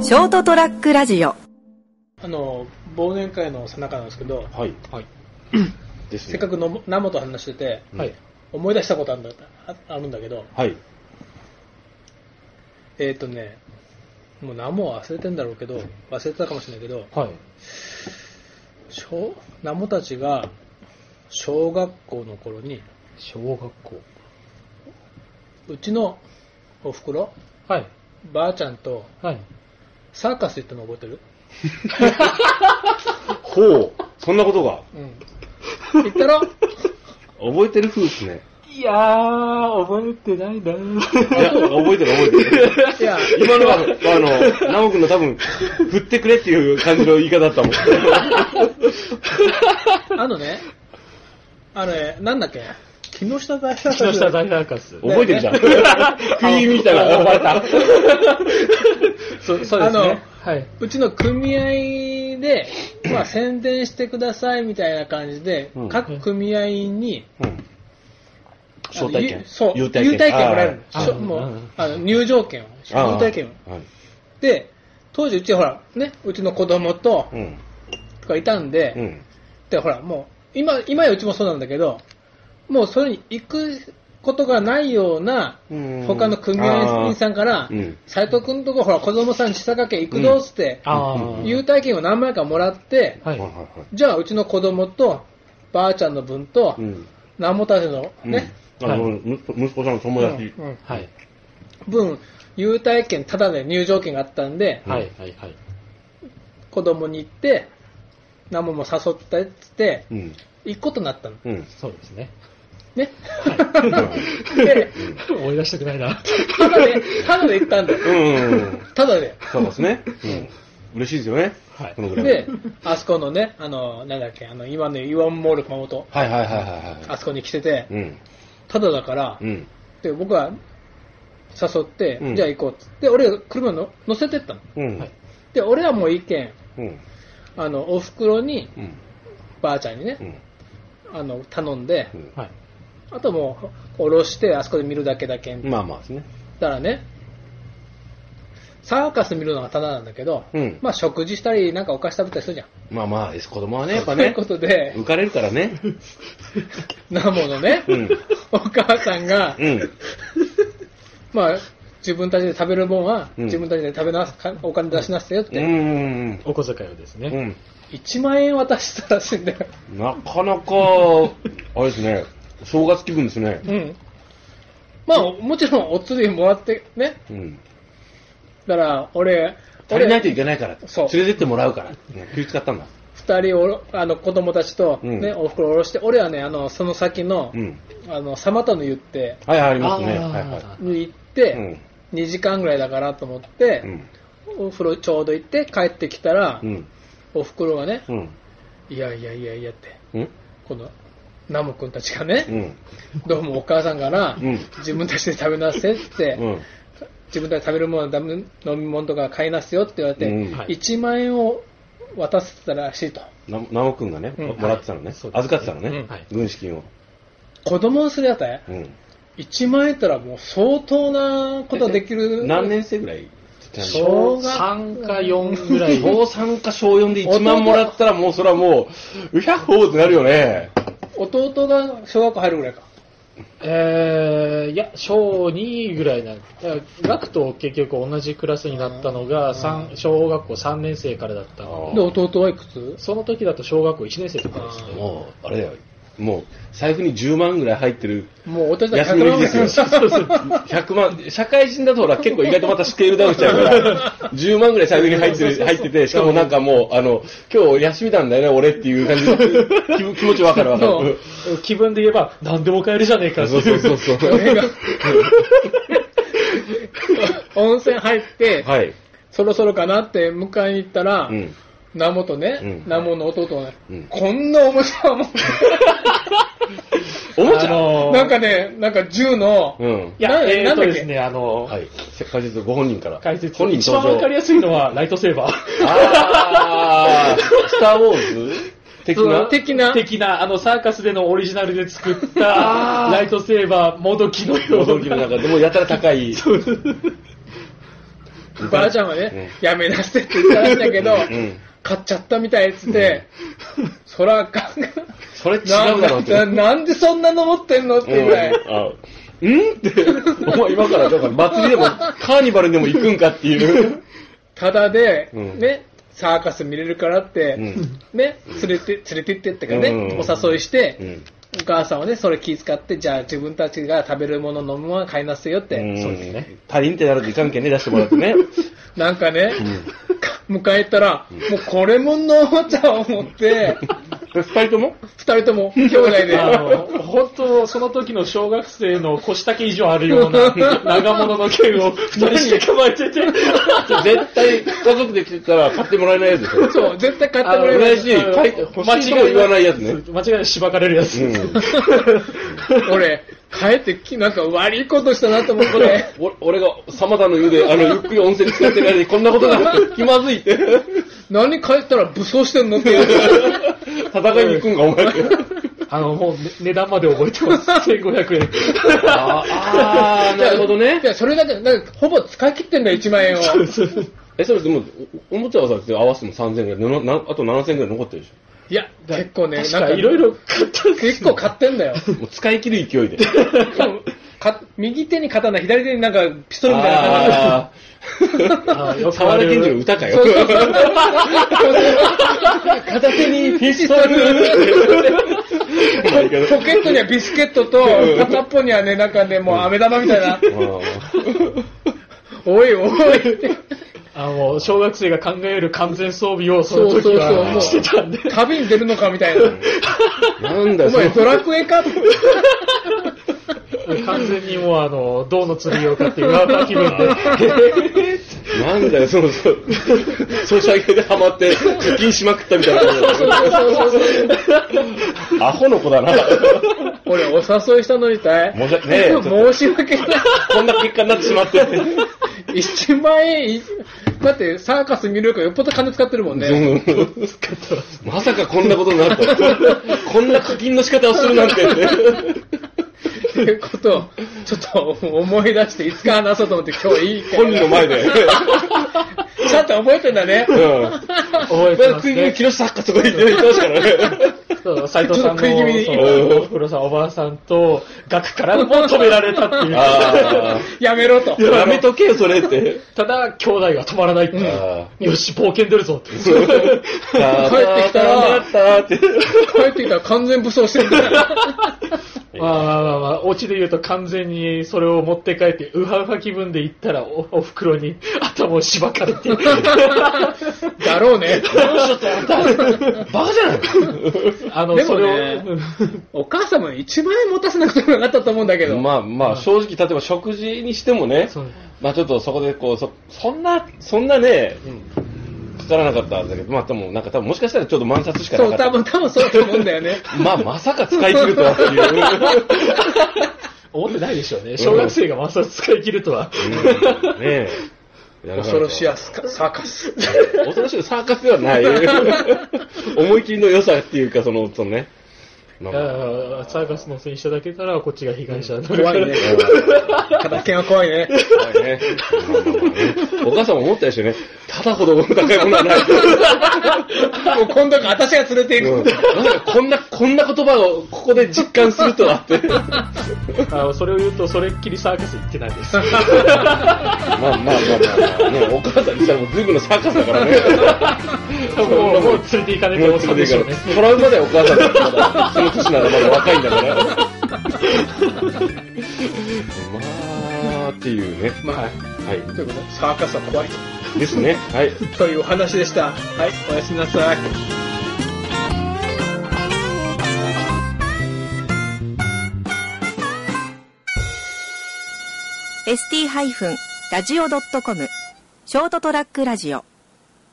ショートトラックラジオあの忘年会のさなかなんですけど、はい。はい。 ですね。せっかくのナモと話してて、うんはい。思い出したことあるんだああるんだけど、はい。えっ、とね、もうナモは忘れてんだろうけど、忘れてたかもしれないけど、はい。小ナモたちが小学校の頃に、小学校。うちのおふくろ、はい。ばあちゃんとはい。サーカス行ったの覚えてるほう。そんなことが。うん。行った ろ覚えてる風ですね。いやー、覚えてないないや、覚えてる覚えてる。いや、今のは、あの、ナオ君の多分、振ってくれっていう感じの言い方だっ たもん。あのね、あのね、なんだっけ、木下大サーカス木下大サーカス。覚えてるじゃん。クイーンみたいなのがバレそそうでうですすねね。はい。うちの組合で、 まあ、宣伝してくださいみたいな感じで、うん各組合員に、た。うん。あ招待の券ゆ。そう、優待券券もらえるあーしょあーもあうーあの入場券を、優あー待券を。はい。で、当時うちほら、ね、うちの子供とうん。とかいたんで、うん。で、ほら、もう、今、今やうちもそうなんだけど、もうそれに行くことがないような、うん他の組合員さんからうん、斎、藤君とこほら、子供さんに下掛け行くどうっつって、あうー。優待券を何枚かもらって、はい。はいはははいい。じゃあうちの子供と、ばあちゃんの分と、うん。なんもたちのうんね、。あの、はむ息子さんの友達。うんうんい。分、優待券、ただで入場券があったんで、うんはい。はい。はい。子供に行って、ナモも誘ったっつって、うん。行くことになったの。うん。そうですね。 ね。 で、思い出したくないな。ただで、ただで行ったんだよ。うん。ただで。そうですね。うん。嬉しいですよね。はいこのぐらい。で、あそこのね、あの、なんだっけ、あの、今のイオンモール熊本、はいはいはいはいはあそこに来ててい。、うん。ただだからう、ん。で、僕は誘ってう、んじゃあ行こうっつって、俺、車の乗せてったの。うん。はいで、俺はもう意見、うん。あの、お袋に、うん。ばあちゃんにね、うん。あの頼んで、うんはい。あともう、下ろして、あそこで見るだけだけん。だかまあまあですね。らね、サーカス見るのがただなんだけど、うんまあ食事したり、なんかお菓子食べたりするじゃん。まあまあです。子供はね、やっぱというねこ、とで、浮かれるからね。ナモのね、うんお母さんが、うん。まあ、自分たちで食べるもんは、うん自分たちで食べなすか、お金出しなさいよっうて、ん。お小遣いをですうね。ん。 1万円渡したらしいんだよ。なかなか、あれですね、正月気分ですね。うん。まあ、もちろんお釣りもらってね、うん。だから俺、足りな俺いといけないから。そう連れてってもらうから。ね気を使ったんだ。二人おろあの子供たちと、うんねおふくろを下ろして、俺はね、あのその先の、うん。あのサマタの湯って、はい、ありますね。あーはいはに行っい。うて、ん。 2時間ぐらいだからと思って、うん。お風呂ちょうど行って、帰ってきたら、うん。おふくろがね、うん。いやいやいやいやって、うん。このナム君たちがね、うん。どうもお母さんから、うん自分たちで食べなせって、うん。自分たちで食べるもの、だめ飲み物とか買いなすよって言われて、うんはい1万円を渡せてたらしいと。な、なおくんがね、うんもらってたのね。はいそう預ですねかってたのね。うんはい軍資金を。子供のするやったやうん。 1万円ったらもう相当なことができる。何年生ぐらいちっちゃいの小学3か4ぐらい。小3か小4で1万もらったらもうそれはもう、うひゃっほーってなるよね。弟が小学校入るぐらいか。えー、いや、小2ぐらいなんだから学と結局同じクラスになったのが、三小学校3年生からだったので、弟はいくつで、その時だと小学校1年生とかですね。もう、あれだよ。もう、財布に10万ぐらい入ってる。もう私たち休みの日ですよ。 100万100万。社会人だとほら結構意外とまたスケールダウンしちゃうから、10万ぐらい財布に入ってる、入ってて、しかもなんかもう、あの、今日休みなんだよね、俺っていう感じ。気気持ちわかるわかそうる。気分で言えば、何でも買えるじゃねえかってそういそうう。そうそう。俺が温泉入って、はい。そろそろかなって迎えに行ったら、うん。ナモとね、うんナモの弟がね、うんこんなおもちゃを持って、おもちあゃのーなんかね、なんか銃の、うん。いや、なえなーんとだっけですね、あの、はい。解説ご本人から。解説、本人一番わかりややすいのは、ライトセーバー。すあー、スターウォーズ的そなの的な的な、あの、サーカスでのオリジナルで作った、ライトセーバー、もどきのような。驚きの中でもやたら高い。ばあちゃんはね、やめなせって言ったらしいんだけど、うん。買っちゃったみたいっつって、そらあかんがそれ違うなんだろうって。だなんでそんな登ってんのってぐらい。うんって、お前今から、だから祭りでも、カーニバルでも行くんかって いう。ただで、うんね、サーカス見れるからって、うんね、連れて、連れてってってからね、うんお誘いして、うん。お母さんはね、それ気遣って、じゃあ自分たちが食べるもの、飲むものは買いなさいよって、そうですね。足りんってなるといかんけんね、出してもらって ね。なんかね、 迎えたら、もうこれもんのおもちゃを持って、二人とも二人とも兄弟で、あの、本当、その時の小学生の腰丈以上あるような 長物の剣を二人して構えてて、絶対、家族で来てたら買ってもらえないやつでしょ。そう、絶対買ってあのもらえない嬉しい。書いて欲しいとも言わないやつね。うん。間違いなくしばかれるやつ。俺、帰ってき、なんか悪いことしたなと思って、 お俺が、サマダの湯で、あの、ゆっくり温泉使ってる間にこんなことがあって気まずい って。何帰ったら武装してんのって言う。戦いに行くんか、お前。 あの、もうね値段まで覚えてます。1500円。ああ、なるほどねい。や、それだけ、なんかほぼ使い切ってんだよ、1万円を。え、それでも、おおもちゃはさ、合わせても3000円ぐらい、ななあと7000円ぐらい残ってるでしいや、結構ね、確なんかかいろいろ買ったんです結構買ってん だよ。 ょ。もう使い切る勢いで。か右手に刀、左手になんかピストルみたいな感じでああーよあ、くあ沢田る研二の歌かよそう。そうそう。片手 にピストル。 ポケットにはビスケットと、片っぽにはね、なんかね、もう飴玉みたいな。おいおいって。あの、小学生が考える完全装備をその時はしてたんで。旅に出るのかみたいな。あーなんだおよ、そ前れドラクエかって 完全にもうあの、銅の釣りを買って、裏側気分で。なんだよ、その、そソシャゲでハマって、課金しまくったみたいな感じだよ。アホの子だな。俺お誘いしたのにたい。申し訳ねえよ申し訳ない。こんな結果になってしまって。 1万円い、だってサーカス見るよりかよっぽど金使ってるもんね。 まさかこんなことになるとは。 こんな課金の仕方をするなん てね。っていうことを、ちょっと思い出して、いつか話そうと思って今日いいか本人の前で。ちゃんと覚えてんだねう。ん。覚えてます食い気ね味、。木下作家とか言ってますからね。そう斉藤さんの、ちょっと食い気味にそうおふくろさん、おばあさんと、額からも止められたっていう。あやめろと。あ。やめとけよ、それって。 ただ、兄弟が止まらないっていう あよし、冒険出るぞって。帰ってきたらたって。帰ってきたら完全武装してるんだよ。まあまあまあまあ、オチで言うと完全にそれを持って帰って、ウハウハ気分で行ったらお、お袋に頭をしばか れて、だろうね。バカじゃないあの、でそもれねを、 お母様に1万円持たせなくてもなかったと思うんだけど。まあまあ、正直、例えば食事にしてもねそう、まあちょっとそこでこう、そ、そんな、そんなね、かからなかったんだけど、まあでもなんか多分もしかしたらちょっと満冊しかそなかう、多った。分、多分そうだと思うんだよね。まあまさか使い切るとはっていう。思ってないでしょうね。小学生がまさ使い切るとは。 うんねえ。恐ろしいややスカサーカス。なかなか。恐ろしいサーカスでは ない。思い切りの良さっていうか、その、そのね。まあまああーサーカスの選手だけからこっちが被害者になる怖からい ね。片剣は怖いね。怖いね。お母さんも思ったでしょうね。ただほど高いものはない。もう今度から私が連れてい うんく。まさかこんな、こんな言葉をここで実感するとはって。まあーそれを言うと、それっきりサーカス行ってないです。あまあまあまあ、ね、お母さんにしたらもう随分のサーカスだからね。多分 もう、もう連れて行かないと思ったんでしょうね。トラウマだよ、お母さんだってまだ。その年ならまだ若いんだ から。まあ、っていうね。まあ、はということで、サーカスは怖いと。い。ですね。はい。というお話でした。はい、おやすみなさい。 ST-radio.com ショートトラックラジオ